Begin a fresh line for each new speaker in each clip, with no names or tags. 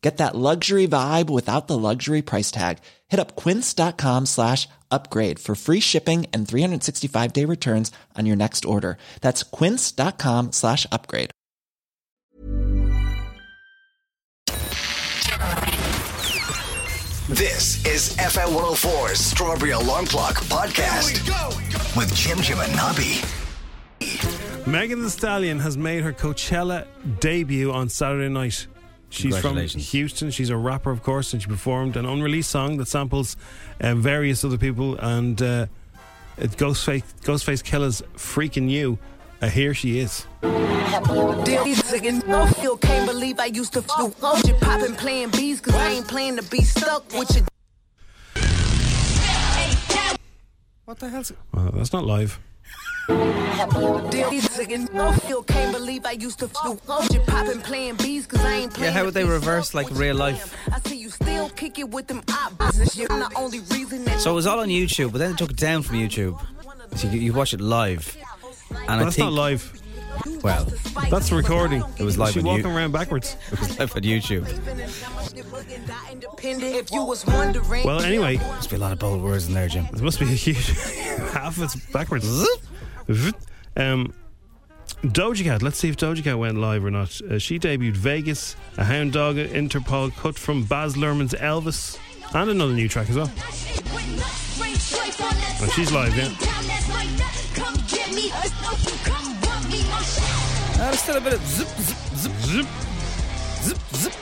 Get that luxury vibe without the luxury price tag. Hit up quince.com slash upgrade for free shipping and 365 day returns on your next order. That's quince.com slash upgrade.
This is FM 104's Strawberry Alarm Clock Podcast with Jim Jim and Nobby.
Megan the Stallion has made her Coachella debut on Saturday night. She's from
Congratulations.
Houston. She's a rapper, of course, and she performed an unreleased song that samples uh, various other people and uh, it Ghostface, Ghostface Killer's "Freaking You." Uh, here she is.
Damn, these niggas no feel can't believe I used to fuck up. You popping playing bees cause I ain't playing to be stuck with your
What the hell's
Uh, that's not live.
damn these niggas no feel can't believe I used to fuck up. You popping playing bees cause I ain't playing
how
to
would they
be
reverse,
stuck
like,
with your
real
lamb.
life?
I see you still kick it with them opposites. You're the only reason that
So it was all on YouTube, but then they took it down from YouTube. So you, you watch it live, and
But
I
that's
think
not live.
well,
That's recording.
It was live
She
on
walking
you-
around backwards.
it was live on YouTube.
If you was wondering
Well, anyway,
Must be a lot of bold words in there, Jim.
It must be a huge half. It's backwards. um, Doja Cat. Let's see if Doja Cat went live or not. Uh, she debuted Vegas, a hound dog, at Interpol cut from Baz Luhrmann's Elvis, and another new track as well.
Oh,
she's live, yeah.
Uh, there's still a bit of zip, zip, zip,
Zip.
zip, zip.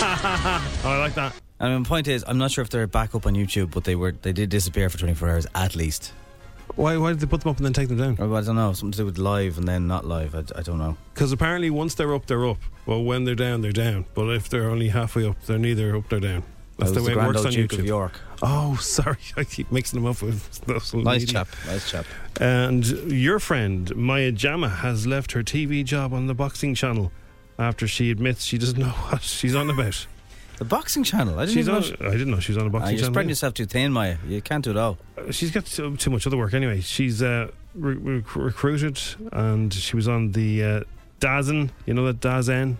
Oh, I like that.
I mean, the point is, I'm not sure if they're back up on YouTube, but they were they did disappear for 24 hours at least.
Why? Why did they put them up and then take them down?
Or, I don't know, something to do with live and then not live. I, I don't know.
Because apparently, once they're up, they're up. Well, when they're down, they're down. But if they're only halfway up, they're neither up nor down. That's
It
the
was
way it
Grand
works
Old
on
Duke of
YouTube.
York.
Oh, sorry, I keep mixing them up with those
Nice
lady.
chap, nice chap.
And your friend Maya Jama has left her TV job on the boxing channel after she admits she doesn't know what she's on about.
The boxing channel. I didn't
She's
even
on.
know.
I didn't know she's on a
Ah,
boxing
you're
channel.
spreading yourself too thin, Maya. You can't do it all.
either. She's got so, too much other work anyway. She's uh, re- re- recruited, and she was on the uh, Dazen. You know that Dazen.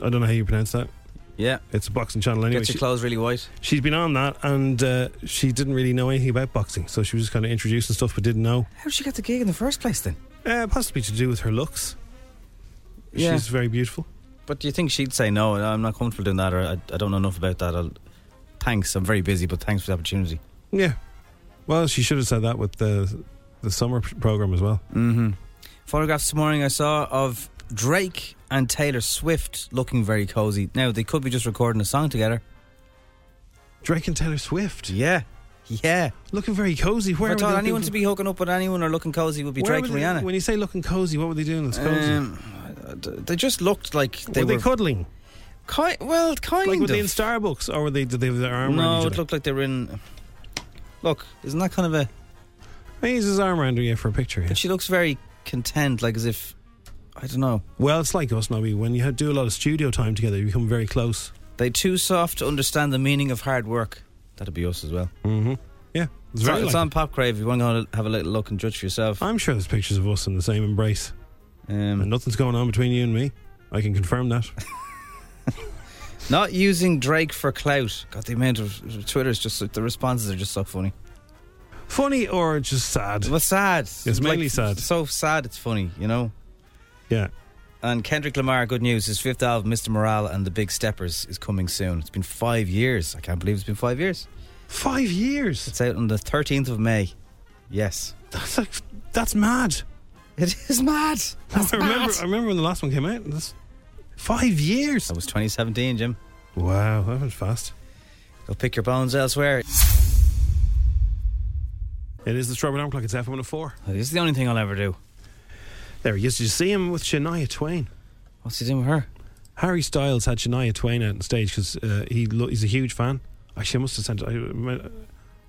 I don't know how you pronounce that.
Yeah.
It's a boxing channel anyway.
Get
She-
your clothes really white.
she's been on that, and uh, she didn't really know anything about boxing, so she was just kind of introducing stuff, but didn't know.
How did she get the gig in the first place then?
Uh, possibly to do with her looks.
Yeah.
She's very beautiful.
But do you think she'd say no? I'm not comfortable doing that, or I, I don't know enough about that. I'll, thanks, I'm very busy, but thanks for the opportunity.
Yeah. Well, she should have said that with the the summer p- program as well.
Mm-hmm. Photographs this morning I saw of Drake and Taylor Swift looking very cozy. Now they could be just recording a song together.
Drake and Taylor Swift
Yeah, yeah.
looking very cozy. Where
if I
would
told
they
anyone
be-
to be hooking up with anyone or looking cozy would be
where
Drake and
would they-
Rihanna.
When you say looking cozy, what were they doing that's cozy?
Um, they just looked like
were
they
they
were,
cuddling?
ki- well, kind
Like were
of.
they in Starbucks or were they did they have their arm around
no,
each
it
other?
looked like they were in. Look, isn't that kind of a?
He has his arm around her yeah, for a picture. Yeah.
But she looks very content, like as if I don't know.
Well, it's like us, Nobby. When you ha- do a lot of studio time together, you become very close.
They too soft to understand the meaning of hard work. That'd be us as well.
Mm-hmm. Yeah, it's
It's,
very.
on, it's
like
on Popcrave. If you want to go and have a little look and judge for yourself.
it. I'm sure there's pictures of us in the same embrace, and
Um,
nothing's going on between you and me. I can confirm that.
not using Drake for clout. God, the amount of Twitter is just the responses are just so funny.
Funny or just sad?
It was sad.
It's mainly sad.
So sad, it's funny, you know.
Yeah.
And Kendrick Lamar, good news. His fifth album, Mr. Morale and the Big Steppers, is coming soon. It's been five years. I can't believe it's been five years.
Five years.
It's out on the 13th of May. Yes.
That's like that's mad.
It is mad. That's
I remember.
mad.
I remember when the last one came out. That's five years.
That was 2017, Jim.
Oh, Wow, that was fast.
Go pick your bones elsewhere.
It is the Strawberry Alarm Clock. It's F one hundred four.
This is the only thing I'll ever do.
There he is. Did you see him with Shania Twain?
What's he doing with her?
Harry Styles had Shania Twain out on stage because uh, he lo- he's a huge fan. Actually, I must have sent. I,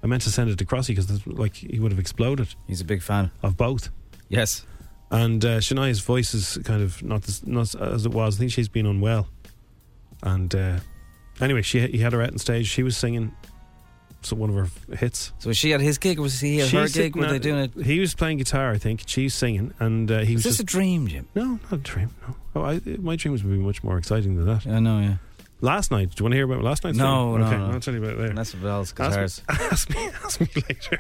I meant to send it to Crossy because like he would have exploded
He's a big fan.
of both.
Yes.
And uh, Shania's voice is kind of not as, not as it was. I think she's been unwell. And uh, anyway, she he had her out on stage. She was singing so one of her hits.
So was she at his gig? Was he at
She
her
was
gig?
sitting
Were they
at- uh,
doing it?
He was playing guitar, I think. She's singing, and uh, he was
Is this
just
a dream, Jim?
no, not a dream. No, oh, I, my dreams would be much more exciting than that.
I know, yeah.
Last night, do you want to hear about last night's?
No,
dream?
no,
okay,
no.
I'll tell you about it later.
And that's Val's guitars.
Ask me, ask me, ask me later.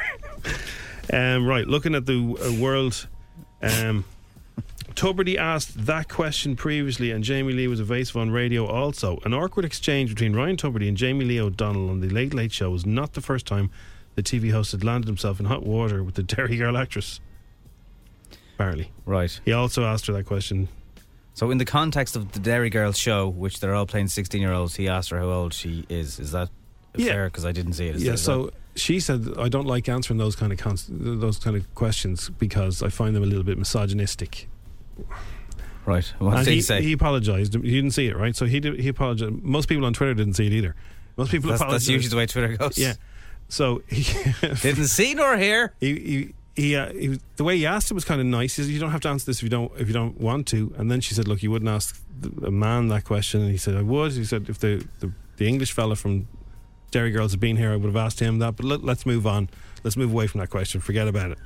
Um, right, looking at the uh, world, um, Tuberty asked that question previously, and Jamie Lee was evasive on radio also. An awkward exchange between Ryan Tuberty and Jamie Lee O'Donnell on the Late Late Show was not the first time the TV host had landed himself in hot water with the Derry Girl actress. Apparently.
Right.
He also asked her that question.
So in the context of the Dairy Girl show, which they're all playing 16-year-olds, he asked her how old she is. Is that
Yeah.
fair? Because I didn't see it. Is
yeah,
that-
so she said, I don't like answering those kind of cons- those kind of questions because I find them a little bit misogynistic.
Right. What
And
did he,
he,
say?
he apologized. He didn't see it, right? So he did, he apologized. Most people on Twitter didn't see it either. Most people
that's,
apologized.
that's usually the way Twitter goes.
yeah. So he
Didn't see nor hear.
he, he, he, uh, he was- the way he asked it was kind of nice. He said, "You don't have to answer this if you don't if you don't want to." And then she said, "Look, you wouldn't ask th- a man that question." And he said, "I would." He said, "If the the, the English fella from Dairy Girls had been here, I would have asked him that." But let, let's move on. Let's move away from that question. Forget about it.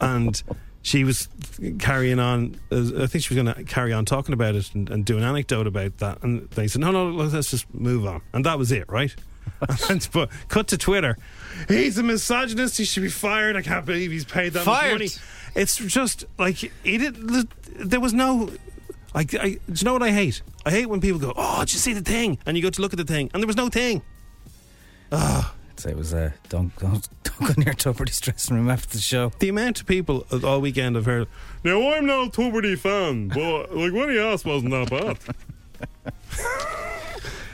and she was carrying on. uh, I think she was going to carry on talking about it and, and do an anecdote about that. And they said, "No, no, look, let's just move on." And that was it, right? and, but cut to Twitter. He's a misogynist. He should be fired. I can't believe he's paid that much
Fired.
money. It's just like he did. There was no. I, I, do you know what I hate? I hate when people go, "Oh, did you see the thing?" And you go to look at the thing, and there was no thing.
I'd say it was uh, don't don't don't go near Tuberty's dressing room after the show.
the amount of people all weekend have heard, now I'm not a Tuberty fan, but like what he asked wasn't that bad.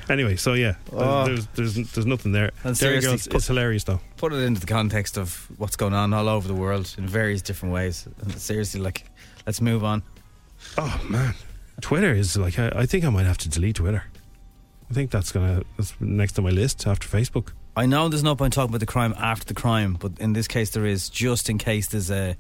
anyway, so yeah,
Oh.
there's, there's there's nothing there.
And
Dairy
seriously,
Girls,
put-
it's hilarious though.
Put it into the context of what's going on all over the world in various different ways. And Seriously, like, let's move on.
Oh man, Twitter is like I, I think I might have to delete Twitter. I think that's gonna that's next on my list after Facebook.
I know there's no point talking about the crime after the crime, but in this case there is, just in case there's a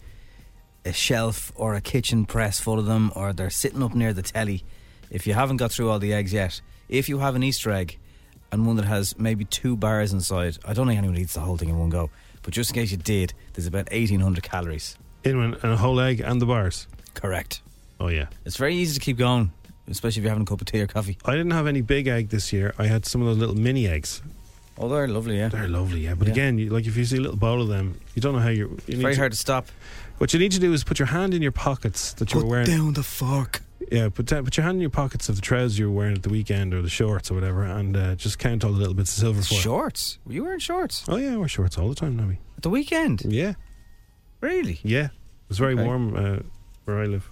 a shelf or a kitchen press full of them, or they're sitting up near the telly. If you haven't got through all the eggs yet, if you have an Easter egg and one that has maybe two bars inside, I don't think anyone eats the whole thing in one go. But just in case you did, there's about 1,800 calories.
In and a whole egg and the bars.
Correct.
Oh yeah.
It's very easy to keep going, especially if you're having a cup of tea or coffee.
I didn't have any big egg this year. I had some of those little mini eggs.
Oh, they're lovely, yeah.
They're lovely, yeah. But
Yeah.
again, you, like if you see a little bowl of them, you don't know how you're. You need
Very
to-
hard to stop.
What you need to do is put your hand in your pockets that you were wearing.
the fork.
Yeah, put, that- put your hand in your pockets of the trousers you were wearing at the weekend or the shorts or whatever, and uh, just count all the little bits of silver foil.
Shorts? Were you wearing shorts?
Oh yeah, I wear shorts all the time now. we.
At the weekend?
Yeah,
Really?
yeah. It's very
Okay.
warm uh, where I live.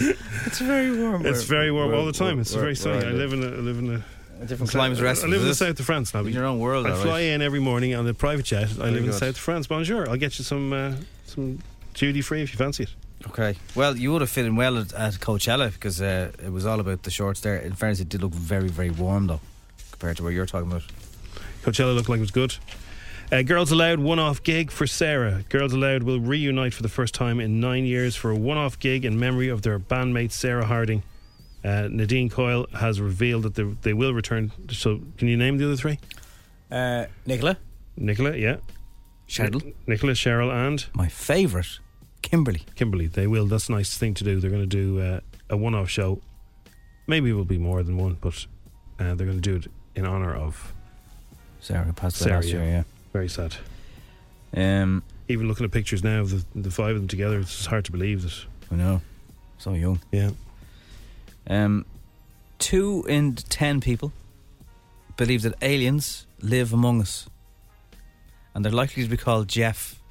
It's very warm.
it's very warm all the time. It's very sunny. I live in a I live in a
a different climate. as the rest
I
of
live in the
us.
south of France now.
In
we.
your own world,
I
all
fly
right.
in every morning on the private jet. I live in the
good.
south of France. Bonjour. I'll get you some uh, some duty free if you fancy it.
Okay. Well, you would have fit in well at, at Coachella because uh, it was all about the shorts there. In fairness, it did look very, very warm though, compared to what you're talking about.
Coachella looked like it was good. Uh, Girls Aloud one off gig for Sarah. Girls Aloud will reunite for the first time in nine years for a one off gig in memory of their bandmate Sarah Harding. Uh, Nadine Coyle has revealed that they, they will return. So, can you name the other three?
Uh, Nicola,
Nicola, yeah.
Cheryl,
Nicola, Cheryl, and
my favourite, Kimberly.
Kimberly. They will. That's a nice thing to do. They're going to do uh, a one off show. Maybe it will be more than one, but uh, they're going to do it in honour of.
Sarah who passed away
Sarah,
last year.
Very sad.
Yeah. Um,
Even looking at pictures now of the, the five of them together, it's just hard to believe that.
I know, so young.
Yeah.
Um, two in ten people believe that aliens live among us, and they're likely to be called Jeff.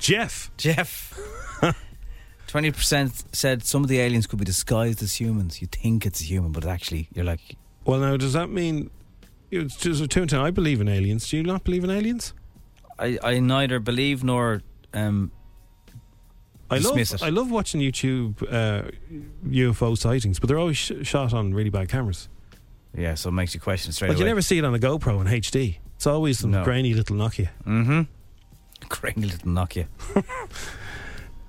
Jeff.
Jeff. Twenty percent said some of the aliens could be disguised as humans. You think it's a human, but actually you're like
Well, now does that mean? It's just a two and ten. I believe in aliens. Do you not believe in aliens?
I, I neither believe nor um
I love
Dismiss it.
I love watching YouTube uh, UFO sightings, but they're always sh- shot on really bad cameras.
Yeah, so it makes you question straight
Like you
away.
never see it on a GoPro in HD. It's always some
No.
grainy little Nokia.
Crazy little Nokia.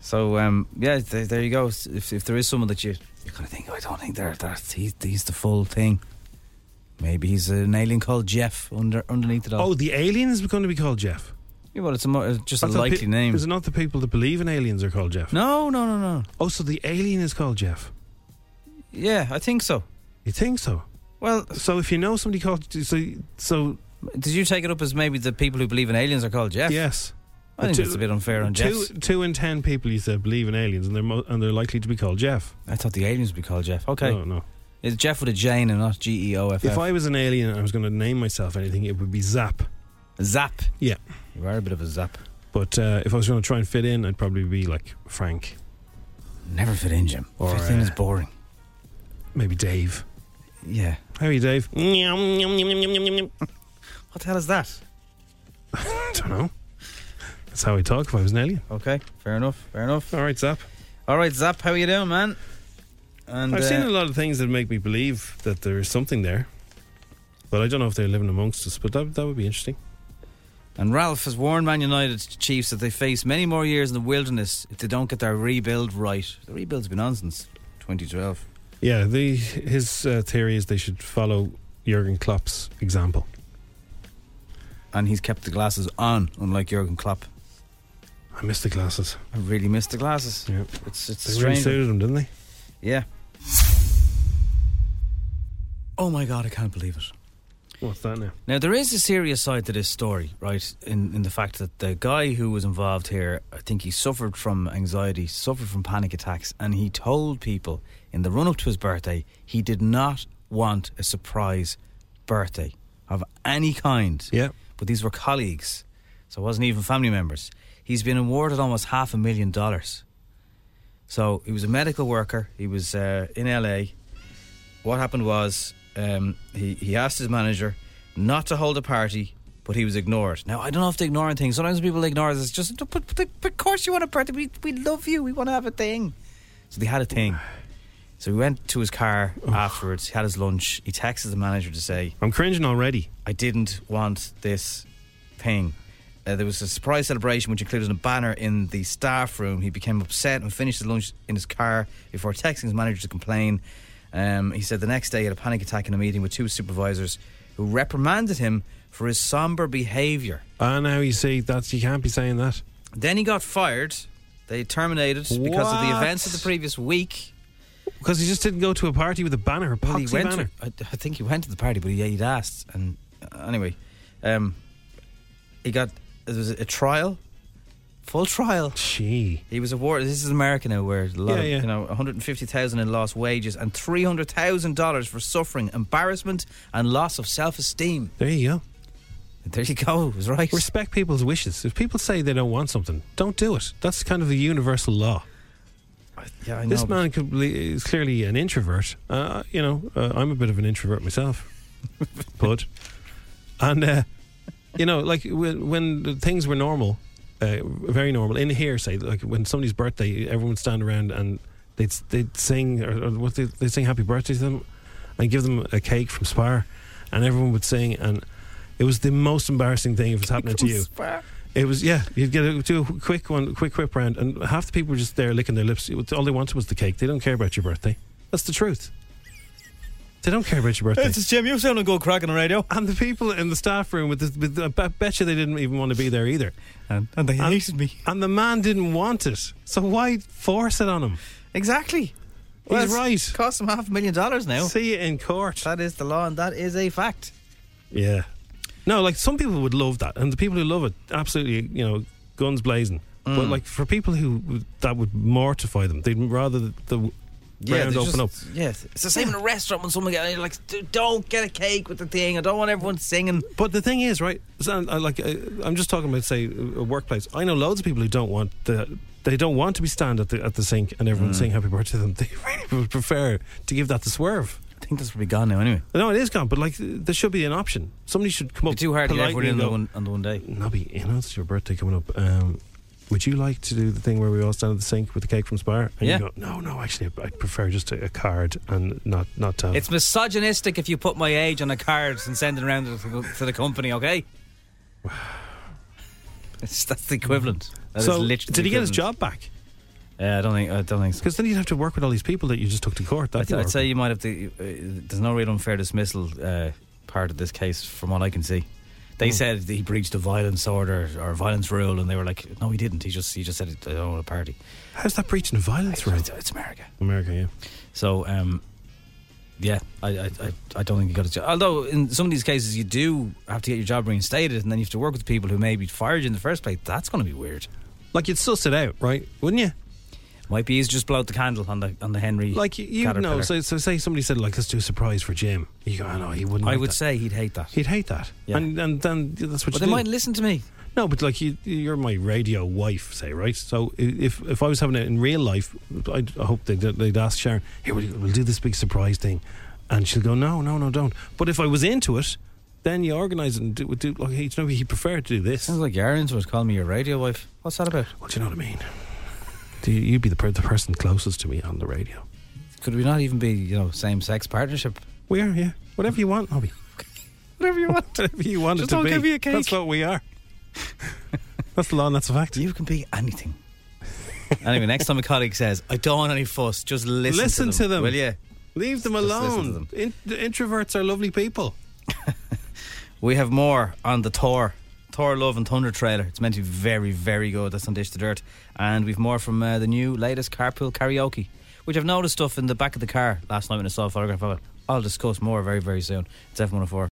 so um, yeah, th- there you go. S- If, if there is someone that you you're gonna think, "Oh, I don't think they're that's he's, he's the full thing. Maybe he's an alien called Jeff under underneath it all.
Oh, the alien is going to be called Jeff.
yeah, well, it's a mo- it's just a
That's not
likely
pe-
name.
Is it not the people that believe in aliens are called Jeff?
No, no, no, no.
Oh, so the alien is called Jeff.
Yeah, I think so.
You think so?
Well,
So if you know somebody called so so
did you take it up as maybe the people who believe in aliens are called Jeff?
yes.
I think
Two-
that's a bit unfair on Jeff.
Two two in ten people you said believe in aliens and they're mo- and they're likely to be called Jeff.
I thought the aliens would be called Jeff. Okay,
No, no.
it's Jeff with a J and not G E O F
If
F.
I was an alien and I was going to name myself anything, it would be Zap.
Zap.
Yeah.
You are a bit of a zap.
But uh, if I was going to try and fit in, I'd probably be like Frank,
Never fit in, Jim.
Or,
Everything
uh,
is boring.
maybe Dave.
Yeah.
How are you, Dave? Nyam, nyam, nyam, nyam, nyam, nyam.
What the hell is that?
I don't know. That's how I talk if I was an alien.
Okay, fair enough, fair enough.
All right, Zap.
All right, Zap, how you doing, man? And
I've
uh,
seen a lot of things that make me believe that there is something there. But I don't know if they're living amongst us, but that, that would be interesting.
and Ralph has warned Man United Chiefs that they face many more years in the wilderness if they don't get their rebuild right. The rebuild's been on since 2012.
Yeah, the, his uh, theory is they should follow Jurgen Klopp's example.
And he's kept the glasses on, unlike Jurgen Klopp.
I miss the glasses.
I really miss the glasses.
Yeah.
It's it's
They really
strange.
suited him, didn't they?
yeah. Oh my god, I can't believe it.
What's that now?
Now there is a serious side to this story, right? In in the fact that the guy who was involved here, I think he suffered from anxiety, suffered from panic attacks, and he told people in the run up to his birthday he did not want a surprise birthday of any kind.
Yeah.
But these were colleagues, so it wasn't even family members. He's been awarded almost half a million dollars. So he was a medical worker. He was uh, in LA. What happened was um, he he asked his manager not to hold a party, but he was ignored. Now I don't know if they're ignoring things. Sometimes people ignore this. Just but, but, but of course you want a party. We we love you. We want to have a thing. So they had a thing. So he went to his car afterwards. He had his lunch. He texted the manager to say,
I'm cringing already.
I didn't want this thing. Uh, there was a surprise celebration which included a banner in the staff room. He became upset and finished his lunch in his car before texting his manager to complain. Um, he said the next day he had a panic attack in a meeting with two supervisors who reprimanded him for his somber behaviour.
Ah, now you see, that's, you can't be saying that.
Then he got fired. They terminated because of the
What?
events of the previous week.
Because he just didn't go to a party with a banner, a
Well,
poxy
he went
banner.
To, I, I think he went to the party, but he, he'd asked. And uh, anyway, um, he got there was a trial, full trial.
Gee.
He was awarded. This is America now, where a lot
Yeah,
of
yeah.
you know, one hundred and fifty thousand in lost wages and three hundred thousand dollars for suffering, embarrassment, and loss of self-esteem.
There you go.
There you go. It was right.
Respect people's wishes. If people say they don't want something, don't do it. That's kind of the universal law.
yeah, I know.
This
but-
man could be, is clearly an introvert. Uh, you know, uh, I'm a bit of an introvert myself, but and uh, you know, like when, when the things were normal, uh, very normal in here. Say like when somebody's birthday, everyone would stand around and they'd they'd sing or, or what they they sing happy birthday to them and give them a cake from Spire, and everyone would sing and. It was the most embarrassing thing if it's happening to you. It was yeah. You'd get a, do a quick one, quick whip round, and half the people were just there licking their lips. It was- All they wanted was the cake. They don't care about your birthday. That's the truth. They don't care about your birthday.
This is Jim. You're sounding good crack on the radio.
and the people in the staff room with the, with the I bet you they didn't even want to be there either.
And, and they
And-
hated me.
And the man didn't want it, so why force it on him?
Exactly.
He's
it's
right.
Cost him half a million dollars now.
See you in court.
That is the law, and that is a fact.
Yeah. No, like some people would love that, and the people who love it, absolutely, you know, guns blazing. But
Mm.
like for people who would- that would mortify them, they'd rather the, the round
they
open up.
just- Yeah, it's the same in a restaurant when someone gets like, "D- don't get a cake with the thing. I don't want everyone singing.
But the thing is, right? so, uh, Like uh, I'm just talking about, say, a workplace. I know loads of people who don't want the they don't want to be stand at the at the sink and everyone
Mm.
saying happy birthday to them. They really would prefer to give that the swerve.
I think that's probably gone now. Anyway,
No, it is gone, but like there should be an option. Somebody should come up.
too hard to get
politely
everyone in
and
the
go,
one on the one day.
Nobby, you know it's your birthday coming up. Um, would you like to do the thing where we all stand at the sink with the cake from Spire? And
Yeah.
you go, no, no, actually, I prefer just a, a card and not not uh, to. Have
It's misogynistic if you put my age on a card and send it around to the, to the company, okay? It's, that's the equivalent. That is
so
literally
did he
the
get his
equivalent.
job back?
Yeah, I don't think. I don't think so.
Because then you'd have to work with all these people that you just took to court.
I'd,
That'd
I'd
work.
say you might have to. Uh, there's no real unfair dismissal uh, part of this case, from what I can see.
Hmm.
They said that he breached a violence order or a violence rule, and they were like, "No, he didn't. He just he just said I don't want a party."
how's that breaching of violence right?
It's, it's America.
America, yeah.
So, um, yeah, I, I, I, I don't think you got a job. Although, in some of these cases, you do have to get your job reinstated, and then you have to work with people who maybe fired you in the first place. That's going to be weird.
Like you'd suss it out, right? Wouldn't you?
Might be easy to just blow out the candle on the on the Henry.
Like you, you know.
Caterpillar.
So, so say somebody said like, let's do a surprise for Jim. You go, I know he wouldn't.
I
like
would
that.
say he'd hate that.
he'd hate that.
Yeah.
And and then that's what
but
you
they
do.
might listen to me.
No, but like you, you're my radio wife, say right. So i- if if I was having it in real life, I'd, I hope they'd, they'd ask Sharon, "Hey, we'll, we'll do this big surprise thing," and she'll go, "No, no, no, don't." But if I was into it, then you organise it and do, do like, "Hey, do you know he preferred to do this."
Sounds
Well,
like your was calling me your radio wife. What's that about?
do you know what I mean? Do you, you'd be the, per- the person closest to me on the radio.
Could we not even be, you know, same sex partnership?
We are, yeah. Whatever you want, Nobby.
Whatever you want.
Whatever you want
Just
it to
don't
be.
give me a cake.
That's what we are. that's the law and that's a fact.
you can be anything. anyway, next time a colleague says, "I don't want any fuss," just listen.
Listen to
to them.
them.
Will you?
Leave them
Just listen to
alone.
them.
In- the introverts are lovely people.
We have more on the Thor, Thor Love and Thunder trailer. It's meant to be very, very good. That's on Dish to Dirt. And we've more from uh, the new latest Carpool Karaoke, which I've noticed stuff in the back of the car last night when I saw a photograph of it. I'll discuss more very, very soon. It's F104.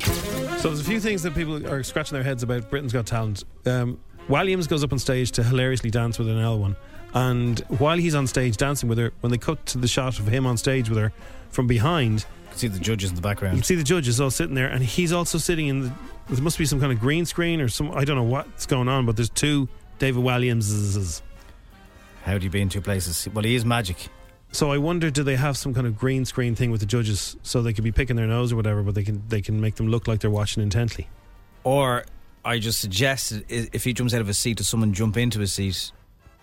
So there's a few things that people are scratching their heads about Britain's Got Talent. Um, Williams goes up on stage to hilariously dance with an L one, and while he's on stage dancing with her, when they cut to the shot of him on stage with her from behind,
You can see the judges in the
you
background.
see the judge is all sitting there, and he's also sitting in. The, there must be some kind of green screen or some. I don't know what's going on, but there's two David Williamses.
How do you be in two places? Well, he is magic.
So I wonder, do they have some kind of green screen thing with the judges, so they could be picking their nose or whatever, but they can they can make them look like they're watching intently.
Or I just suggested i- if he jumps out of his seat, does someone jump into his seat?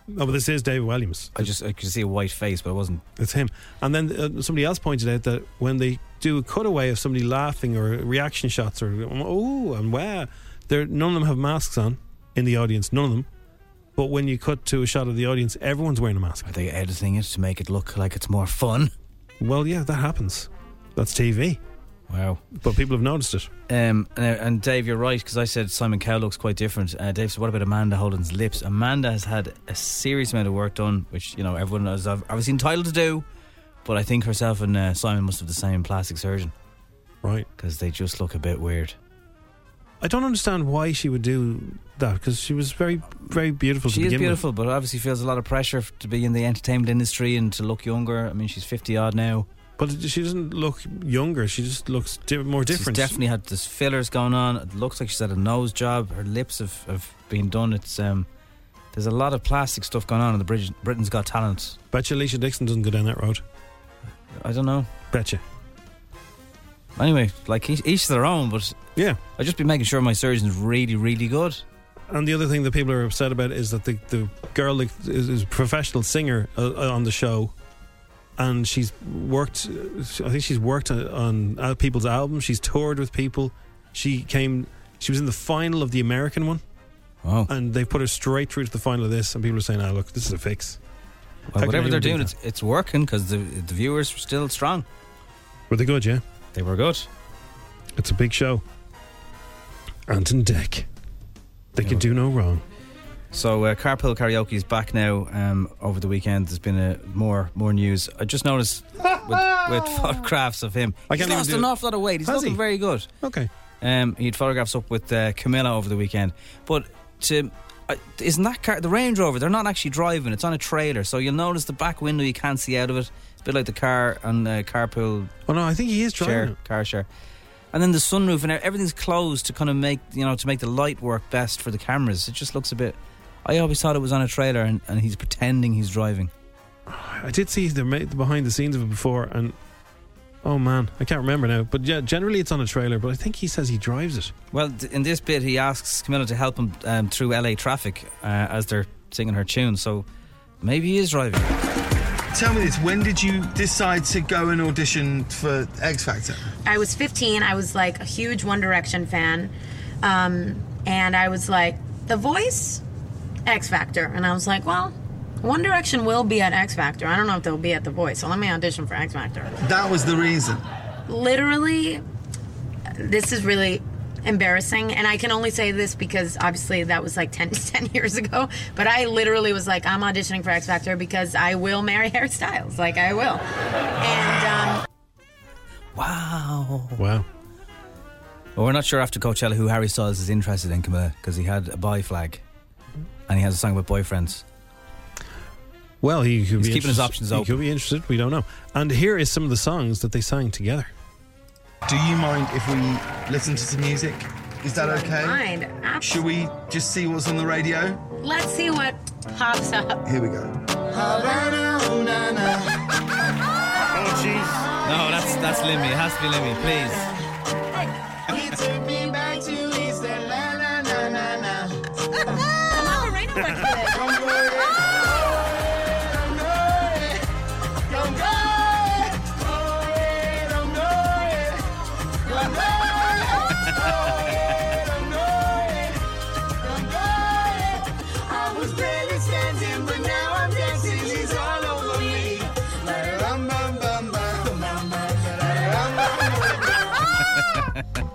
No, Oh, but this is David Williams.
I just I could see a white face, but I wasn't.
It's him. And then uh, somebody else pointed out that when they do a cutaway of somebody laughing or reaction shots or oh and wow, there none of them have masks on in the audience, none of them. But when you cut to a shot of the audience, everyone's wearing a mask.
Are they editing it to make it look like it's more fun?
Well, yeah, that happens. That's TV.
Wow.
But people have noticed it.
Um, and, and Dave, you're right because I said Simon Cowell looks quite different. Uh, Dave said, "What about Amanda Holden's lips?" Amanda has had a serious amount of work done, which you know everyone is ob- obviously entitled to do, but I think herself and uh, Simon must have the same plastic surgeon
Right.
because they just look a bit weird.
I don't understand why she would do that because she was very, very beautiful. to
she is
begin with.
beautiful, but obviously feels a lot of pressure f- to be in the entertainment industry and to look younger. I mean, she's fifty odd now.
but she doesn't look younger. She just looks di- more different.
She's definitely had this fillers going on. It looks like she's had a nose job. Her lips have, have been done. It's um, there's a lot of plastic stuff going on in the Brit- Britain's Got Talent.
Bet you Alicia Dixon doesn't go down that road.
I don't know.
Betcha.
Anyway, like each, each to their own, but
Yeah.
I'll just be making sure my surgeon's really, really good.
And the other thing that people are upset about is that the, the girl that is, is a professional singer uh, uh, on the show, and she's worked. uh, I think she's worked on, on uh, people's albums. She's toured with people. She came. She was in the final of the American one,
Oh,
and they put her straight through to the final of this. And people are saying, "Ah, look, this is a fix." How
well,
can
whatever
anyone
they're
do
doing,
that?
it's, it's working because the, the viewers were still strong.
Were they good? Yeah,
They were good.
it's a big show. Anton Deck. They
Yeah,
can
well-
do no wrong.
So uh, carpool karaoke is back now. Um, over the weekend, there's been uh more more news. I just noticed with, with photographs of him,
I
he's
can't even
lost
do
an
it.
awful lot of weight. He's
Has
looking
he?
very good.
Okay.
Um, he had photographs up with uh, Camilla over the weekend. But to uh, isn't that car the Range Rover? They're not actually driving; it's on a trailer. So you'll notice the back window you can't see out of it. It's a bit like the car on uh, carpool
Oh no, I think he is trying.
share, car share. And then the sunroof and e, everything's closed to kind of make you know to make the light work best for the cameras. It just looks a bit. I always thought it was on a trailer, and, and he's pretending he's driving.
I did see the, ma- the behind the scenes of it before, and
Oh man, I can't remember now. But yeah, generally it's on a trailer. But I think he says he drives it.
Well, th- in this bit, he asks Camilla to help him um, through LA traffic uh, as they're singing her tune. So maybe he is driving.
Tell me this, when did you decide to go and audition for X Factor?
I was 15. I was like a huge One Direction fan. Um, and I was like, The Voice, X Factor. And I was like, Well, One Direction will be at X Factor. I don't know if they'll be at The Voice. So let me audition for X Factor.
That was the reason.
Literally, this is really embarrassing. And I can only say this because obviously that was like 10, 10 years ago. But I literally was like, I'm auditioning for X Factor because I will marry Harry Styles. Like, I will. And, um,
Wow.
Wow.
Well, we're not sure after Coachella who Harry Styles is interested in, Camilla, because he had a boy flag and he has a song about boyfriends.
Well, he could
He's
be
keeping
interest-
his options
He
open.
could be interested. We don't know. And here is some of the songs that they sang together.
Do you mind if we listen to some music? Is that okay?
Mind. Absolutely.
Should we just see what's on the radio?
Let's see what pops up.
Here we go.
No, that's that's Limmy. It has to be Limmy, please.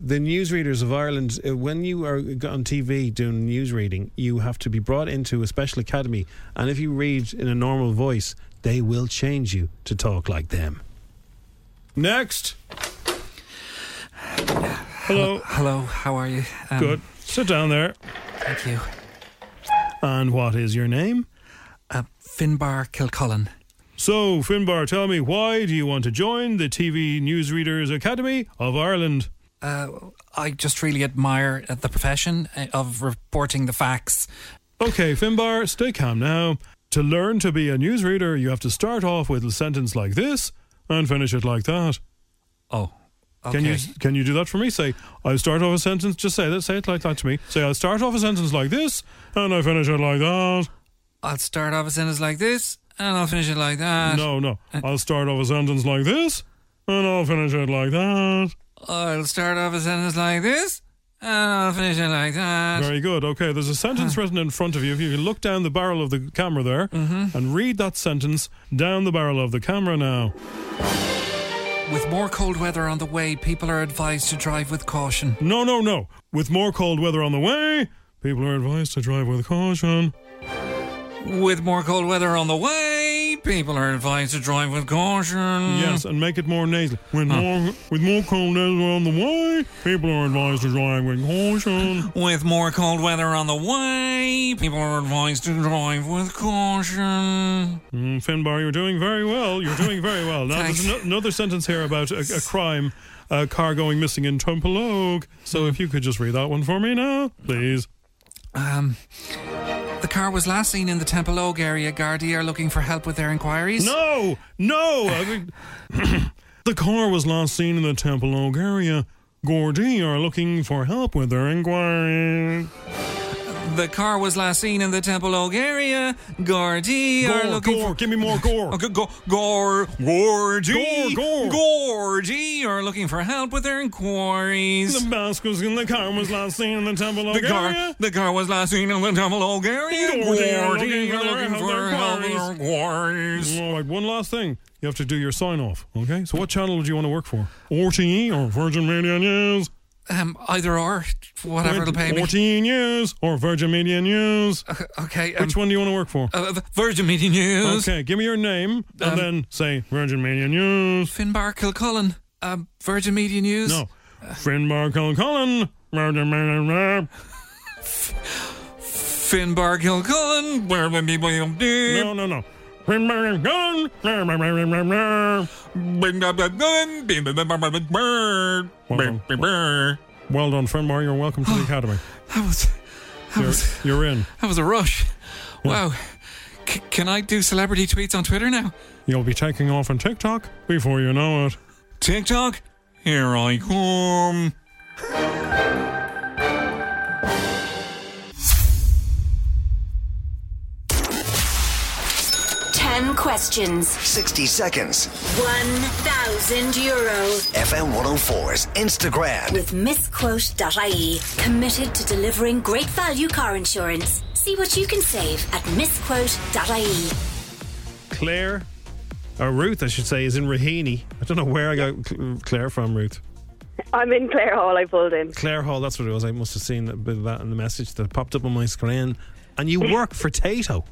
The newsreaders of Ireland, uh, when you are on TV doing news reading, you have to be brought into a special academy. And if you read in a normal voice, they will change you to talk like them. Next. Hello.
Hello, how are you? Um,
Good. Sit down there.
Thank you.
And what is your name?
Uh, Finbar Kilcullen.
So, Finbar, tell me, why do you want to join the TV Newsreaders Academy of Ireland?
Uh, I just really admire uh, the profession uh, of reporting the facts.
Okay, Finbar, stay calm now. To learn to be a newsreader, you have to start off with a sentence like this and finish it like that.
Oh, okay.
Can you can you do that for me? Say, I start off a sentence. Just say that. Say it like that to me. Say, I start off a sentence like this and I finish it like that.
I'll start off a sentence like this, and I'll finish it like that. Uh.
No, no. I'll start off a sentence like this and I'll finish it like that.
I'll start off a sentence like this, and I'll finish it like that.
Very good. Okay, there's a sentence written in front of you. If you can look down the barrel of the camera there and read that sentence down the barrel of the camera now.
With more cold weather on the way, people are advised to drive with caution.
No, no, no. With more cold weather on the way, people are advised to drive with caution.
With more cold weather on the way, people are advised to drive with caution.
Mm.
Yes, and make it more nasal. With more with more cold weather on the way, people are advised to drive with caution.
With more cold weather on the way, people are advised to drive with caution.
Mm, Finbar, you're doing very well. You're doing very well. Now,
Thanks.
there's ano- another sentence here about a, a crime, a car going missing in Tumpalogue. So if you could just read that one for me now, please.
Um, the car was last seen in the Temple Oak area. Gardaí are looking for help with their inquiries.
No, no. I mean, the car was last seen in the Temple Oak area. Gordy are looking for help with their inquiry.
The car was last seen in the Temple Oak area. Gardaí are
Gore,
looking
gore,
for.
give me more gore.
Okay, go, gore, Gordy.
Gore, gore.
Gordy are looking for help with their inquiries.
The Basques in the car was last seen in the Temple Oak
The car,
area.
the car was last seen in the Temple Oak area.
Gordy are
Gordy are
looking
looking for help with their inquiries.
All right, one last thing. You have to do your sign off, okay? So, what channel do you want to work for? RTE or Virgin Media News?
Um, either or, whatever it'll pay me.
RTE E News or Virgin Media News?
Okay. um,
Which one do you want to work for?
Uh, the Virgin Media News.
Okay, give me your name and
Um,
then say Virgin Media News.
Finbar Kilcullen. Um, Virgin Media News.
No. Finbar Kilcullen. Virgin Media News.
Finbar Kilcullen. Virgin Media News.
No, no, no. Finbar Kilcullen. Virgin Media News. Well done, Finbar. You're welcome to the academy.
Oh, That was, that
You're,
was,
you're in.
that was a rush. Wow. C- can I do celebrity tweets on Twitter now?
You'll be taking off on TikTok before you know it.
TikTok, here I come.
Ten questions.
60 seconds.
1,000 euro.
FM 104's Instagram.
With misquote.ie, committed to delivering great value car insurance. See what you can save at misquote.ie.
Claire, or Ruth, I should say, is in Raheny. I don't know where I got Cl- Claire from, Ruth.
I'm in Clare Hall. I pulled in.
Claire Hall, that's what it was. I must have seen a bit of that in the message that popped up on my screen. And you work for Tato.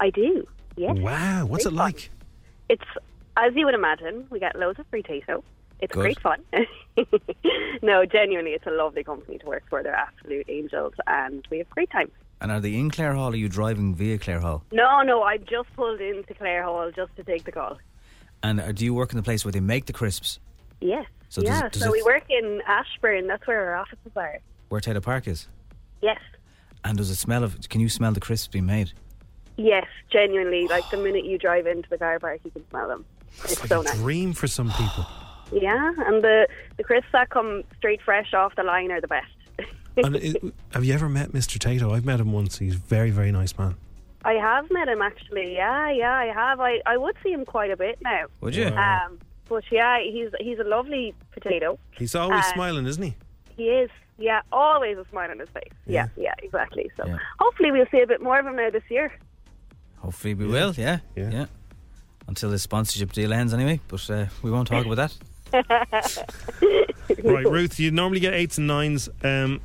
I do. Yes.
Wow, what's it
Great
like?
It's as you would imagine. We get loads of free tato. It's
Good.
great fun. no, genuinely, it's a lovely company to work for. They're absolute angels, Uh, and we have great time.
And are they in Clare Hall? Or are you driving via Clare Hall?
No, no, I've just pulled into Clare Hall just to take the call.
And uh, do you work in the place where they make the crisps?
Yes.
So does
yeah.
it- does
so
it-
we work in Ashburn. That's where our offices are.
Where Taylor Park is?
Yes.
And does it smell of? Can you smell the crisps being made?
Yes, genuinely. Like the minute you drive into the car park, you can smell them. It's so nice.
Dream for some people.
Yeah, and the the crisps that come straight fresh off the line are the best.
and it, have you ever met Mr. Tato? I've met him once. He's a very, very nice man.
I have met him actually. Yeah, yeah, I have. I, I would see him quite a bit now.
Would you? Wow.
Um, but yeah, he's he's a lovely potato.
He's always
Uh,
smiling, isn't he?
He is. Yeah, always a smile on his face. Yeah, yeah, exactly. So hopefully we'll see a bit more of him now this year.
Hopefully we will. Yeah. Yeah. Until this sponsorship deal ends, anyway. But uh, we won't talk about that.
Right, Ruth, you normally get eights and nines. Um,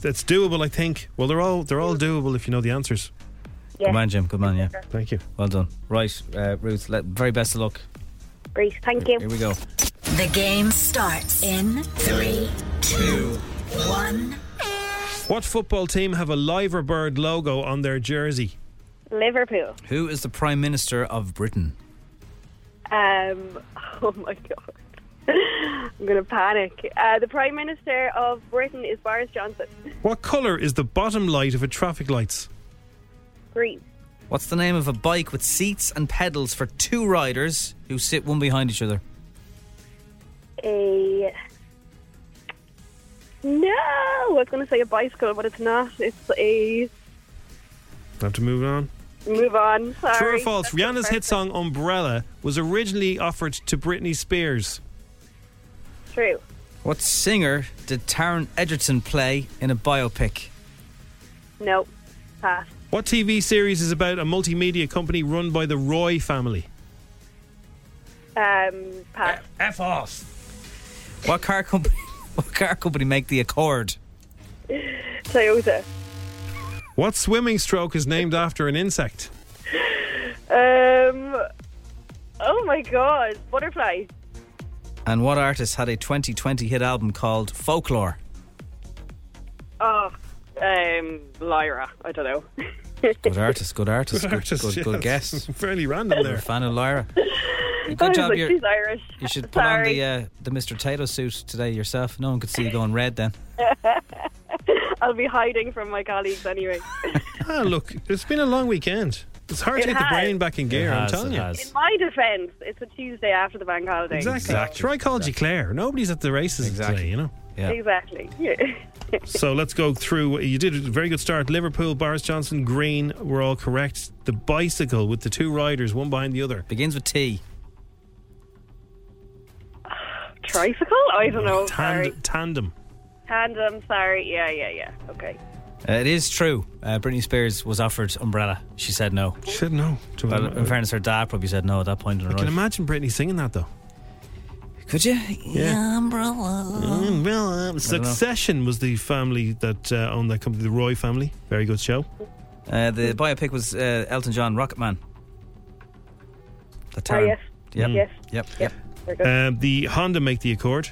that's doable, I think. Well, they're all they're all doable if you know the answers.
Good man, Jim. Good man. Yeah.
Thank you.
Well done. Right, uh, Ruth. Let, very best of luck.
Great, thank you.
Here we go.
The game starts in three, two, one.
What football team have a liver bird logo on their jersey?
Liverpool.
Who is the Prime Minister of Britain?
Um, oh my god, I'm gonna panic. Uh, the Prime Minister of Britain is Boris Johnson.
What colour is the bottom light of a traffic lights?
Green.
What's the name of a bike with seats and pedals for two riders who sit one behind each other?
a no i was going to say a bicycle but it's not it's a
Have to move on.
move on sorry
True or false?
That's
Rihanna's hit
perfect.
song "Umbrella" was originally offered to Britney Spears.
true
What singer did Taron Egerton play in a biopic?
no pass
What TV series is about a multimedia company run by the Roy family?
um pass
F off.
What car company? What car company make the Accord?
Toyota
What swimming stroke is named after an insect?
um oh my god butterfly
And what artist had a 2020 hit album called Folklore?
oh um Lyra I don't know
Good artist, good artist,
Good
good,
artist,
good,
yeah,
good
that's
guess.
Fairly random
You're a
there.
fan of Lyra.
I
Good
was
job,
like,
you're-
she's Irish
You should put on uh,
sorry
the uh, the Mr. Tato suit today yourself. No one could see you going red then.
I'll be hiding from my colleagues anyway.
Ah, look, it's been a long weekend. It's hard
It
to get
has.
the brain back in gear, I'm telling you.
In my defence, it's a Tuesday after the bank holiday.
Exactly. Try call you Claire. Nobody's at the races today, you know.
Exactly. Yeah.
so let's go through. You did a very good start. Liverpool, Boris Johnson, Green were all correct. The bicycle with the two riders, one behind the other.
Begins with T.
Tricycle? I don't know. Sorry.
tandem.
Tandem, sorry. Yeah, yeah, yeah. Okay.
Uh, it is true. Uh, Britney Spears was offered umbrella. She said no. She
said no.
But in fairness, her dad probably said no at that point in her
I can
life.
imagine Britney singing that though.
Could you?
Yeah.
Oh.
Mm, well, uh, Succession was the family that uh, owned that company, the Roy family. Very good show.
Uh, the biopic was uh, Elton John, Rocketman. The Taran-
Oh, yes.
Yep.
Yes.
Yep.
Yep. Very good.
Um, the Honda make the Accord.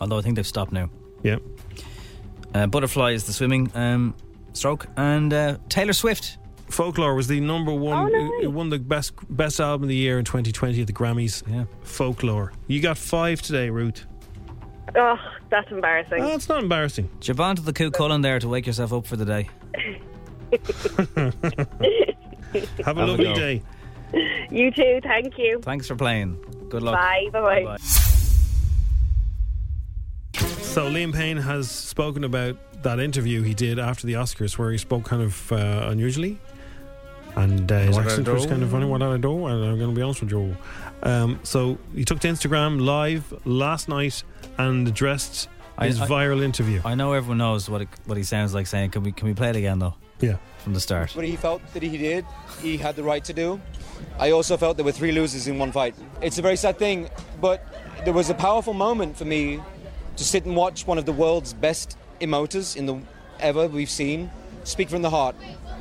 Although I think they've stopped now.
Yep.
Uh, butterfly is the swimming um, stroke, and uh, Taylor Swift.
Folklore was the number one.
Oh,
It won the best best album of the year in 2020 at the Grammys. Yeah. Folklore. You got five today, Ruth.
Oh, that's embarrassing.
Oh, it's not embarrassing.
Jabon to the Coo Cullen there to wake yourself up for the day.
Have
a
lovely
go.
day.
You too. Thank you.
Thanks for playing. Good luck.
Bye. Bye. Bye.
So Liam Payne has spoken about that interview he did after the Oscars, where he spoke kind of uh, unusually, and uh, his
What I
accent was
do.
kind of funny. What I do, and I'm going to be honest with you. Um, so he took to Instagram live last night and addressed
I-
his
I-
viral interview.
I know everyone knows what it, what he sounds like saying. Can we can we play it again though?
Yeah.
From the start.
What he felt that he did, he had the right to do. I also felt there were three losers in one fight. It's a very sad thing, but there was a powerful moment for me to sit and watch one of the world's best emoters in the ever we've seen speak from the heart.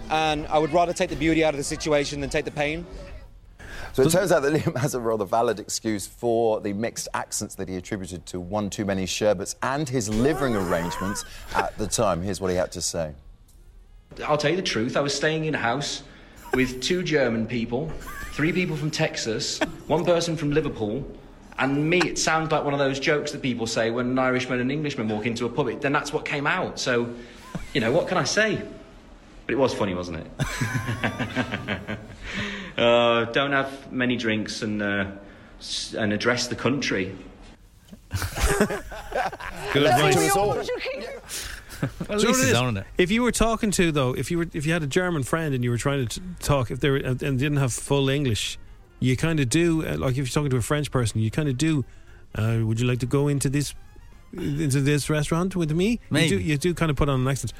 And I would rather take the beauty out of the situation than take the pain.
So it turns out that Liam has a rather valid excuse for the mixed accents that he attributed to one too many sherbets and his living arrangements at the time. Here's what he had to say.
I'll tell you the truth. I was staying in a house with two German people, three people from Texas, one person from Liverpool, and me. It sounds like one of those jokes that people say when an Irishman and Englishman walk into a pub. It- Then that's what came out. So, you know, what can I say? But it was funny, wasn't it? uh, don't have many drinks and uh, s- and address the country.
Good advice.
Well,
Do you know
at least
what it
he's
is?
owning it.
If you were talking to though, if you were if you had a German friend and you were trying to t- talk, if they were, and, and didn't have full English, you kind of do. uh, Like if you're talking to a French person, you kind of do. Uh, would you like to go into this into this restaurant with me?
Maybe.
You do, you do kind of put on an accent.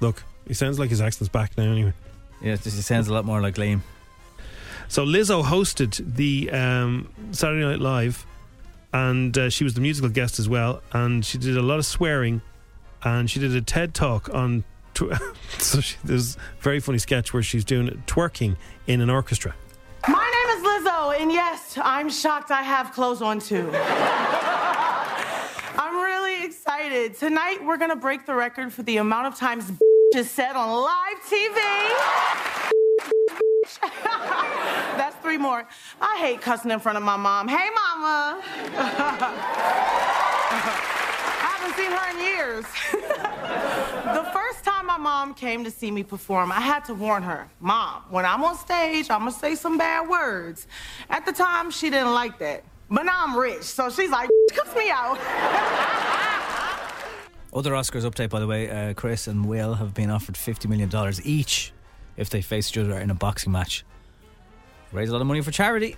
Look, he sounds like his accent's back now. Anyway.
Yeah, it just it sounds a lot more like Liam.
So Lizzo hosted the um, Saturday Night Live, and uh, she was the musical guest as well. And she did a lot of swearing, and she did a TED talk on. Tw- so she, there's a very funny sketch where she's doing twerking in an orchestra.
My name is Lizzo, and yes, I'm shocked I have clothes on too. I'm really excited. Tonight, we're gonna break the record for the amount of times is said on live TV. That's three more. I hate cussing in front of my mom. Hey, mama. I haven't seen her in years. the first time my mom came to see me perform, I had to warn her, Mom, when I'm on stage, I'm gonna say some bad words. At the time, she didn't like that. But now I'm rich, so she's like, cuss me out.
Other Oscars update, by the way, uh, Chris and Will have been offered $50 million each if they face each other in a boxing match. Raise a lot of money for charity.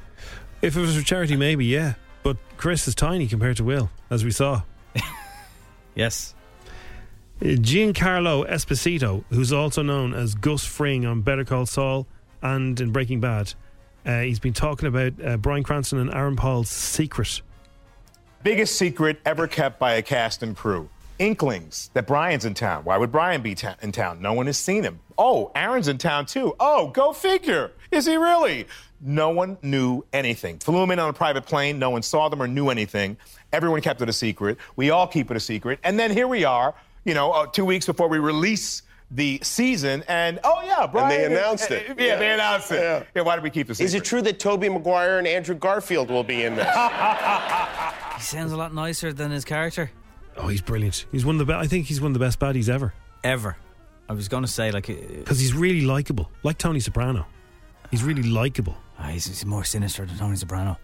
If it was for charity, maybe yeah. But Chris is tiny compared to Will, as we saw.
yes.
Giancarlo Esposito, who's also known as Gus Fring on Better Call Saul and in Breaking Bad, uh, he's been talking about uh, Brian Cranston and Aaron Paul's secret.
Biggest secret ever kept by a cast and crew. Inklings that Brian's in town. Why would Brian be ta- in town? No one has seen him. Oh, Aaron's in town too. Oh, go figure. Is he really? No one knew anything. Flew him in on a private plane. No one saw them or knew anything. Everyone kept it a secret. We all keep it a secret. And then here we are, you know, uh, two weeks before we release the season. And oh, yeah, Brian.
announced it.
Yeah, they
Yeah.
announced it.
Yeah.
yeah, why did we keep the secret?
Is it true that Toby Maguire and Andrew Garfield will be in this?
He sounds a lot nicer than his character.
Oh, he's brilliant. He's one of the best. I think he's one of the best baddies ever.
ever. I was going to say like uh, because
Because he's really likable, like Tony Soprano. He's really likable.
ah, he's, he's more sinister than Tony Soprano.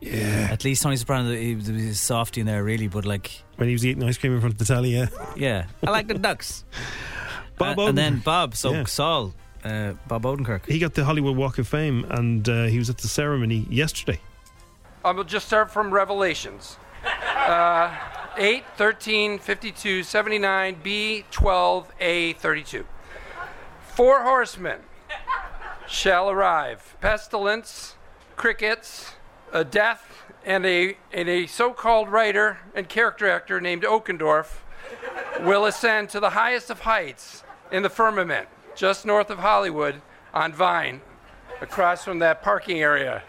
Yeah. At least Tony Soprano, he, was- he was a softy in there, really. But like,
When he was eating ice cream in front of the telly, yeah.
yeah, I like the ducks.
Bob
Uh, and then
Odenkirk.
Bob, so
Yeah.
Saul, uh, Bob Odenkirk.
He got the Hollywood Walk of Fame, and uh, he was at the ceremony yesterday.
I will just start from Revelations uh, 8, 13, 52, 79, B, 12, A, 32. Four horsemen shall arrive pestilence, crickets, a death, and a, and a so called writer and character actor named Ockendorf will ascend to the highest of heights in the firmament, just north of Hollywood on Vine, across from that parking area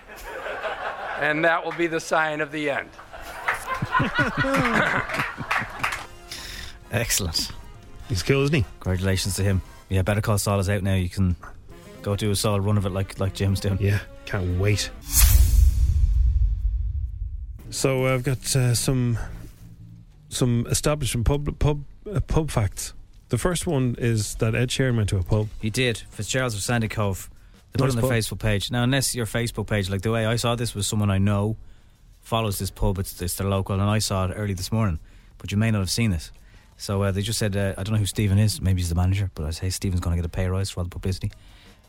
and that will be the sign of the end.
Excellent.
He's cool, isn't he?
Congratulations to him. Yeah, Better Call Saul is out now. You can go do a solid run of it like like Jim's doing.
Yeah, can't wait. So uh, I've got uh, some some establishment pub pub uh, pub facts. The first one is that Ed Sheeran went to a pub.
He did. Fitzgerald's of Sandy Cove. They put
Nice
it on the
pub.
Facebook page. Now, unless your Facebook page, like the way I saw this was someone I know follows this pub, it's, it's their local, and I saw it early this morning, but you may not have seen this. So uh, they just said, uh, I don't know who Stephen is, maybe he's the manager, but I say Stephen's going to get a pay rise for all the publicity.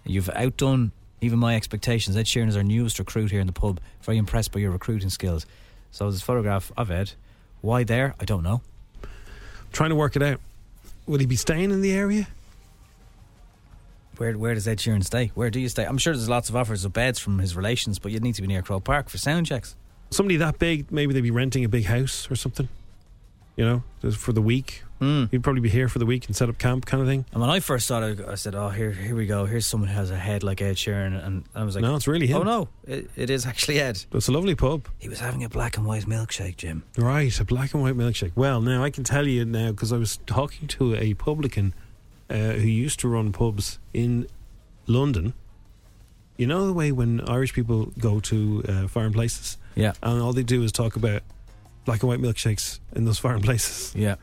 You've outdone even my expectations. Ed Sheeran is our newest recruit here in the pub. Very impressed by your recruiting skills. So there's a photograph of Ed. Why there? I don't know.
Trying to work it out. Will he be staying in the area?
Where where does Ed Sheeran stay? Where do you stay? I'm sure there's lots of offers of beds from his relations, but you'd need to be near Crow Park for sound checks.
Somebody that big, maybe they'd be renting a big house or something. You know, just for the week. He'd probably be here for the week and set up camp, kind of thing.
And when I first saw it, I said, "Oh, here, here we go. Here's someone who has a head like Ed Sheeran." And I was like,
No, it's really him.
Oh no, it, it is actually Ed.
It's a lovely pub.
He was having a black and white milkshake, Jim.
Right, a black and white milkshake. Well, now I can tell you now because I was talking to a publican uh, who used to run pubs in London. You know the way when Irish people go to uh, foreign places,
Yeah.
and all they do is talk about black and white milkshakes in those foreign places.
Yeah,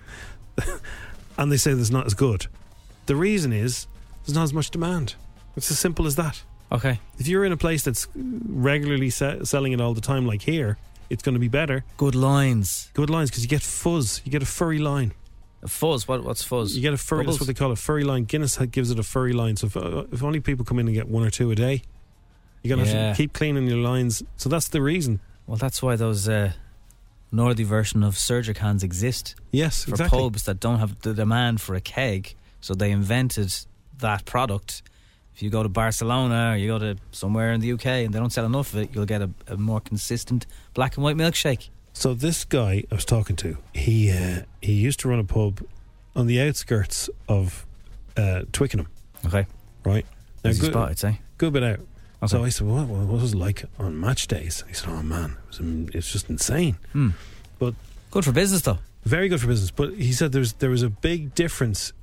and they say there's not as good. The reason is there's not as much demand. It's as simple as that.
Okay.
If you're in a place that's regularly se- selling it all the time, like here, it's going to be better.
Good lines.
Good lines because you get fuzz. You get a furry line.
A fuzz. What? What's fuzz?
You get a furry.
Bubbles?
That's what they call a furry line. Guinness ha- gives it a furry line. So if, uh, if only people come in and get one or two a day, you're going to
Yeah.
have to keep cleaning your lines. So that's the reason.
Well, that's why those uh, northy version of surgic hands exist.
Yes,
for
exactly.
pubs that don't have the demand for a keg, so they invented that product. If you go to Barcelona or you go to somewhere in the UK and they don't sell enough of it, you'll get a, a more consistent black and white milkshake.
So this guy I was talking to, he uh, he used to run a pub on the outskirts of uh, Twickenham.
Okay.
Right.
Busy spot, I'd say.
Good bit out. So I said, what, what was it like on match days? He said, oh man, it was, am- it's just insane.
Hmm.
But
good for business though.
Very good for business. But he said there's there was a big difference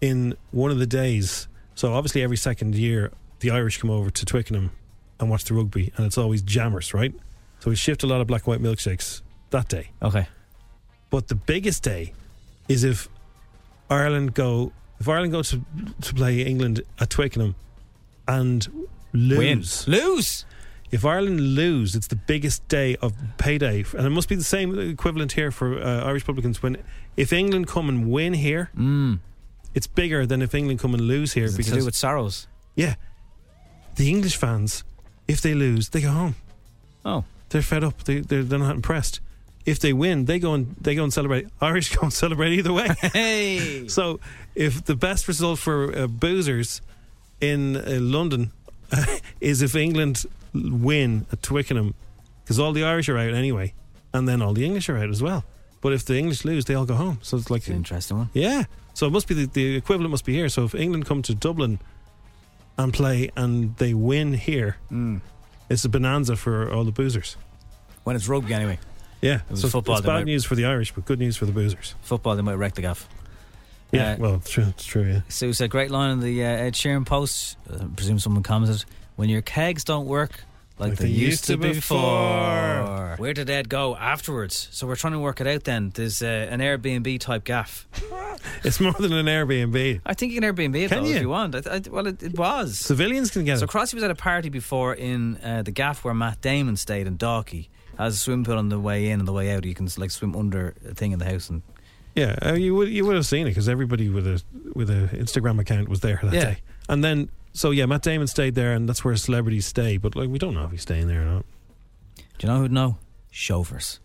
in one of the days. So obviously every second year the Irish come over to Twickenham and watch the rugby and it's always jammers, right? So we shipped a lot of black and white milkshakes that day.
Okay.
But the biggest day is if Ireland go if Ireland go to to play England at Twickenham and lose.
Lose.
If Ireland lose, it's the biggest day of payday, and it must be the same equivalent here for uh, Irish publicans. When if England come and win here, it's bigger than if England come and lose here
Is it Mm. to
because
do with sorrows.
Yeah, the English fans, if they lose, they go home.
Oh,
they're fed up. They they're, they're not impressed. If they win, they go and they go and celebrate. Irish go and celebrate either way.
Hey!
so if the best result for uh, boozers in uh, London is if England l- win at Twickenham, because all the Irish are out anyway, and then all the English are out as well. But if the English lose, they all go home. So it's like an
interesting one.
Yeah. So it must be the, the equivalent must be here. So if England come to Dublin and play and they win here,
Hmm.
it's a bonanza for all the boozers.
When it's rugby anyway.
Yeah.
It was
so
football,
it's
they
bad
might-
news for the Irish, but good news for the boozers.
Football, they might wreck the gaff.
Yeah.
Uh,
well, it's true. It's true. Yeah.
So it's a great line in the uh, Ed Sheeran post. Uh, I presume someone commented, "When your kegs don't work, like, they, used, to before. Where did Ed go afterwards? So we're trying to work it out. Then there's uh, an Airbnb type gaff.
It's more than an Airbnb.
I think you can Airbnb it
Can
though,
you?
if you want. I, I, well, it, it was.
Civilians can get
So
it.
Crossy was at a party before in uh, the gaff where Matt Damon stayed in Docky. Has a swim pool on the way in and the way out. You can like swim under a thing in the house and
Yeah, uh, you would you would have seen it because everybody with a with a Instagram account was there that
Yeah.
day. And then so yeah, Matt Damon stayed there, and that's where celebrities stay. But like we don't know if he's staying there or not.
Do you know who'd know? Chauffeurs.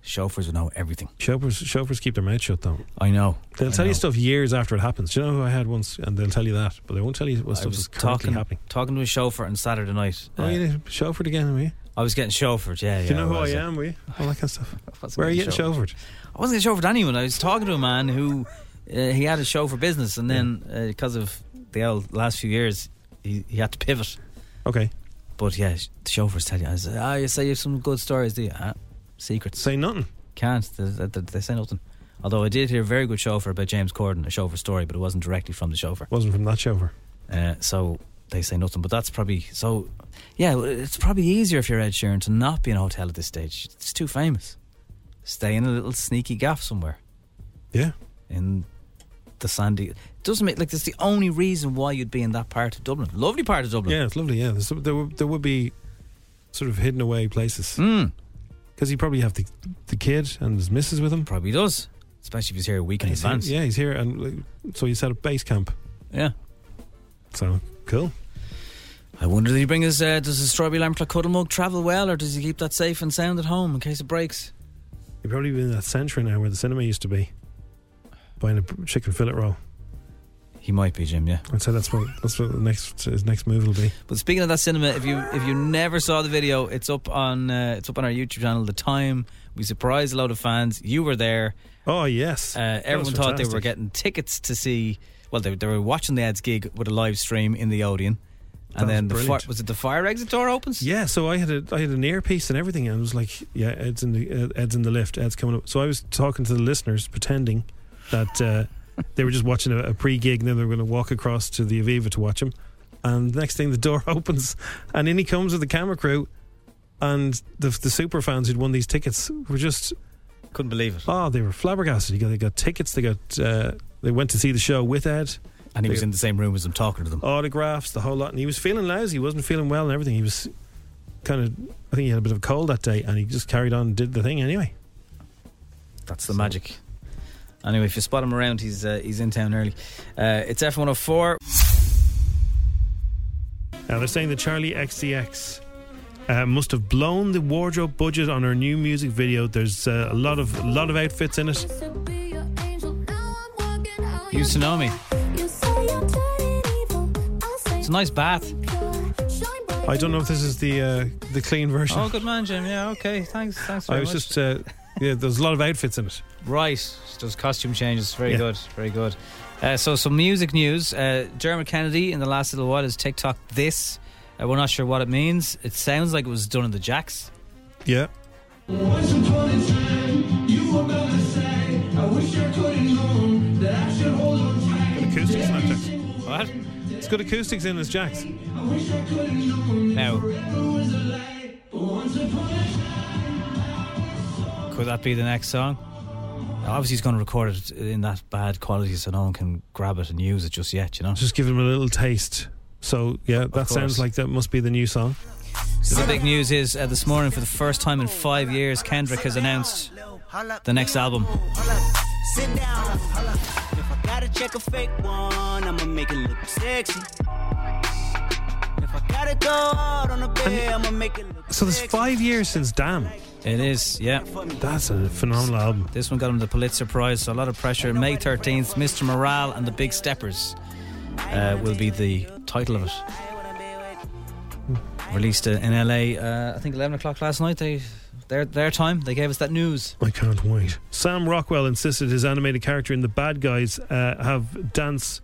Chauffeurs would know everything.
Chauffeurs chauffeurs keep their mouth shut though.
I know.
They'll
I
tell you
know.
stuff years after it happens. Do you know who I had once? And they'll tell you that, but they won't tell you what
I
stuff is
was
currently
talking
happening.
talking to a chauffeur on Saturday night. Uh,
Oh, you chauffeured again, were you?
I was getting chauffeured. Yeah,
Do
yeah.
you know who
was,
I
yeah.
am? Were you? All that kind of stuff.
wasn't
Where are you
getting
getting chauffeured?
I wasn't getting chauffeured to anyone. I was talking to a man who uh, he had a chauffeur business, and then uh, because of the old last few years, he, he had to pivot.
Okay.
But yeah, sh- the chauffeurs tell you, I say, ah, you say you have some good stories, do you? Ah, secrets.
Say nothing.
Can't. They, they, they say nothing. Although I did hear a very good chauffeur about James Corden, a chauffeur story, but it wasn't directly from the chauffeur.
Wasn't from that chauffeur.
Uh, so they say nothing. But that's probably so. Yeah, well, it's probably easier if you're Ed Sheeran to not be in a hotel at this stage. It's too famous. Stay in a little sneaky gaff somewhere.
Yeah.
In the sandy. It doesn't make like that's the only reason why you'd be in that part of Dublin. Lovely part of Dublin.
Yeah, it's lovely. Yeah, There's, there would- there would be sort of hidden away places.
Hmm.
Because he probably have the the kid and his missus with him.
Probably does, especially if he's here a week in
He's here-
advance.
yeah, he's here, and like, so he's at a base camp.
Yeah.
So cool.
I wonder, did he bring his? Uh, does his strawberry lamp clock cuddle mug travel well, or does he keep that safe and sound at home in case it breaks?
He'd probably be in that century now where the cinema used to be, buying a b- chicken fillet roll.
He might be Jim. Yeah.
I'd say that's what that's what the next his next move will be.
But speaking of that cinema, if you if you never saw the video, it's up on uh, it's up on our YouTube channel. The time we surprised a lot of fans. You were there.
Oh yes,
uh, everyone thought they were
fantastic.
getting tickets to see. Well, they, they were watching the ads gig with a live stream in the Odeon,
That
and
was
then the fire,
brilliant.
was it the fire exit door opens?
Yeah, so I had a I had an earpiece and everything, and I was like, "Yeah, Ed's in the Ed- Ed's in the lift, Ed's coming up." So I was talking to the listeners, pretending that uh, they were just watching a, a pre-gig, and then they were going to walk across to the Aviva to watch him. And the next thing, the door opens, and in he comes with the camera crew, and the the super fans who'd won these tickets were just
couldn't believe it.
Oh, they were flabbergasted. They got, they got tickets. They got uh, they went to see the show with Ed,
and
They
he was
got-
in the same room as them talking to them.
Oh, autographs, the whole lot. And he was feeling lousy. He wasn't feeling well and everything. He was kind of, I think he had a bit of a cold that day and he just carried on and did the thing anyway.
That's the magic. Anyway, if you spot him around, he's uh, he's in town early. Uh, it's F one hundred four.
Now they're saying that Charlie XCX uh, must have blown the wardrobe budget on her new music video. There's uh, a lot of a lot of outfits in it.
You tsunami. It's a nice bath.
I don't know if this is the uh, the clean version.
Oh, good man, Jim. Yeah, okay. Thanks. Thanks very
I was
much.
just uh, yeah. There's a lot of outfits in it.
Right, those costume changes. Very
Yeah.
good, very good. Uh, so, some music news. Uh, Jeremy Kennedy in the last little while has TikTok this. Uh, we're not sure what it means. It sounds like it was done in the Jacks.
Yeah. Acoustics in it. Jack.
What?
It's got acoustics in this Jacks.
Now, could that be the next song? Now, obviously, he's going to record it in that bad quality so no one can grab it and use it just yet, you know?
Just give them a little taste. So yeah, that
course.
sounds like that must be the new song.
So the big news is uh, this morning, for the first time in five years, Kendrick has announced the next album.
Sit down. If I gotta check a fake one, I'ma make it look sexy. If I gotta go out on a bed, I'ma make it look
So there's five years since Damn.
It is, yeah.
That's a phenomenal album.
This one got him the Pulitzer Prize, so a lot of pressure. May 13th, Mr. Morale and the Big Steppers uh, will be the title of it.
Hmm.
Released uh, in LA, uh, I think 11 o'clock last night. They, their, their time, they gave us that news.
I can't wait. Sam Rockwell insisted his animated character in The Bad Guys uh, have dance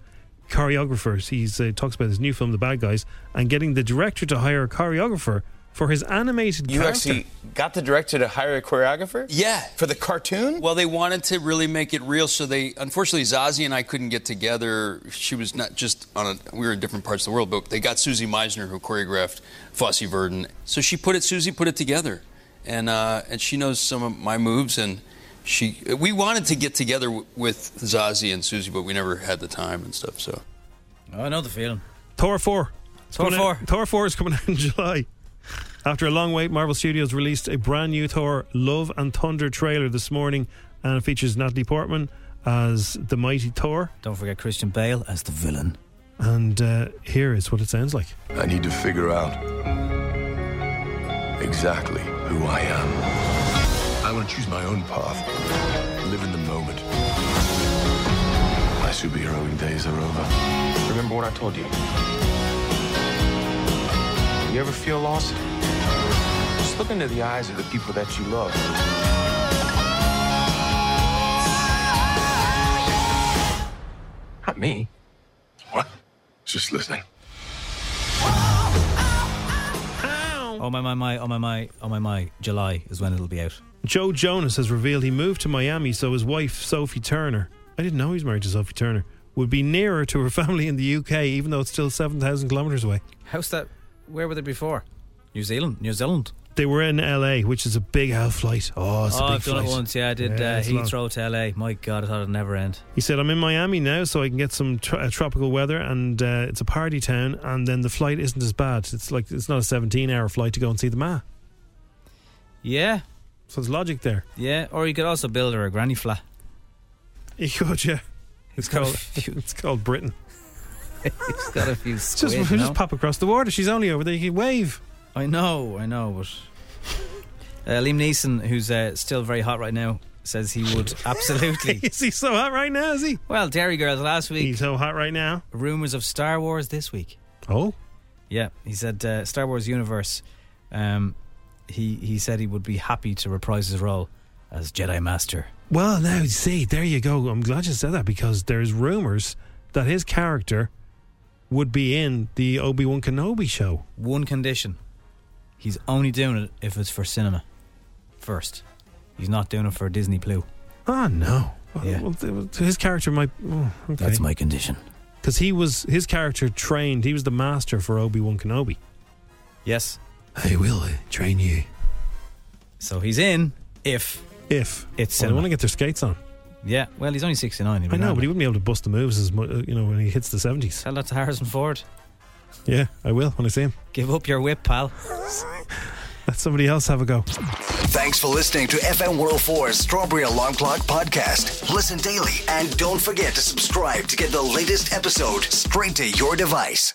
choreographers. He uh, talks about his new film, The Bad Guys, and getting the director to hire a choreographer for his animated
You
character.
actually got the director to hire a choreographer?
Yeah.
For the cartoon?
Well, they wanted to really make it real, so they unfortunately Zazie and I couldn't get together. She was not just on a we were in different parts of the world, but they got Susie Meisner who choreographed Fosse Verdon. So she put it Susie put it together. And uh, and she knows some of my moves and she we wanted to get together w- with Zazie and Susie, but we never had the time and stuff, so
Oh, I know the feeling.
Thor 4. It's
Thor
coming out- Thor 4 is coming out in July. After a long wait, Marvel Studios released a brand new Thor Love and Thunder trailer this morning and it features Natalie Portman as the mighty Thor.
Don't forget Christian Bale as the villain.
And uh, here is what it sounds like.
I need to figure out exactly who I am. I want to choose my own path, live in the moment. My superheroing days are over.
Remember what I told you. You ever feel lost? Just look into the eyes of the people that you love.
Not me. What? Just listening.
Oh my my my oh my my oh my my July is when it'll be out.
Joe Jonas has revealed he moved to Miami so his wife, Sophie Turner, I didn't know he was married to Sophie Turner, would be nearer to her family in the UK, even though it's still 7,000 kilometres away.
How's that? Where were they before? New Zealand. New Zealand.
They were in LA, which is a big hell flight. Oh, it's a
oh,
big
I've done
flight.
it once. Yeah, I did uh,
it's long.
Heathrow to LA. My God, I thought it'd never end.
He said, I'm in Miami now, so I can get some tro- uh, tropical weather, and uh, it's a party town, and then the flight isn't as bad. It's like it's not a 17 hour flight to go and see the Ma.
Yeah,
So there's logic there.
yeah. Or you could also build her a granny flat.
You could, yeah. It's called, it's called Britain.
it's got a few squid.
Just,
you
just
know?
pop across the water. She's only over there. You can wave.
I know, I know, but uh, Liam Neeson, who's uh, still very hot right now, says he would absolutely.
is he so hot right now? Is he?
Well, Dairy Girls last week. He's
so hot right now.
Rumors of Star Wars this week.
Oh,
yeah. He said uh, Star Wars universe. Um, he he said he would be happy to reprise his role as Jedi Master.
Well, now see, there you go. I'm glad you said that because there's rumors that his character would be in the Obi Wan Kenobi show.
One condition: he's only doing it if it's for cinema. First, he's not doing it for Disney Blue.
Ah, no.
Yeah.
Well, th- well, his character might. oh, okay.
That's my condition.
Because he was his character trained. He was the master for Obi Wan Kenobi.
Yes.
I will uh, train you.
So he's in if
if Well,
it's
they
cinema.
want to get their skates on.
Yeah, well, he's only 69.
I know, but he wouldn't be able to bust the moves as much, you know, when he hits the seventies.
Tell that to Harrison Ford.
Yeah, I will when I see him.
Give up your whip, pal.
Let somebody else have a go.
Thanks for listening to FM 104's Strawberry Alarm Clock Podcast. Listen daily and don't forget to subscribe to get the latest episode straight to your device.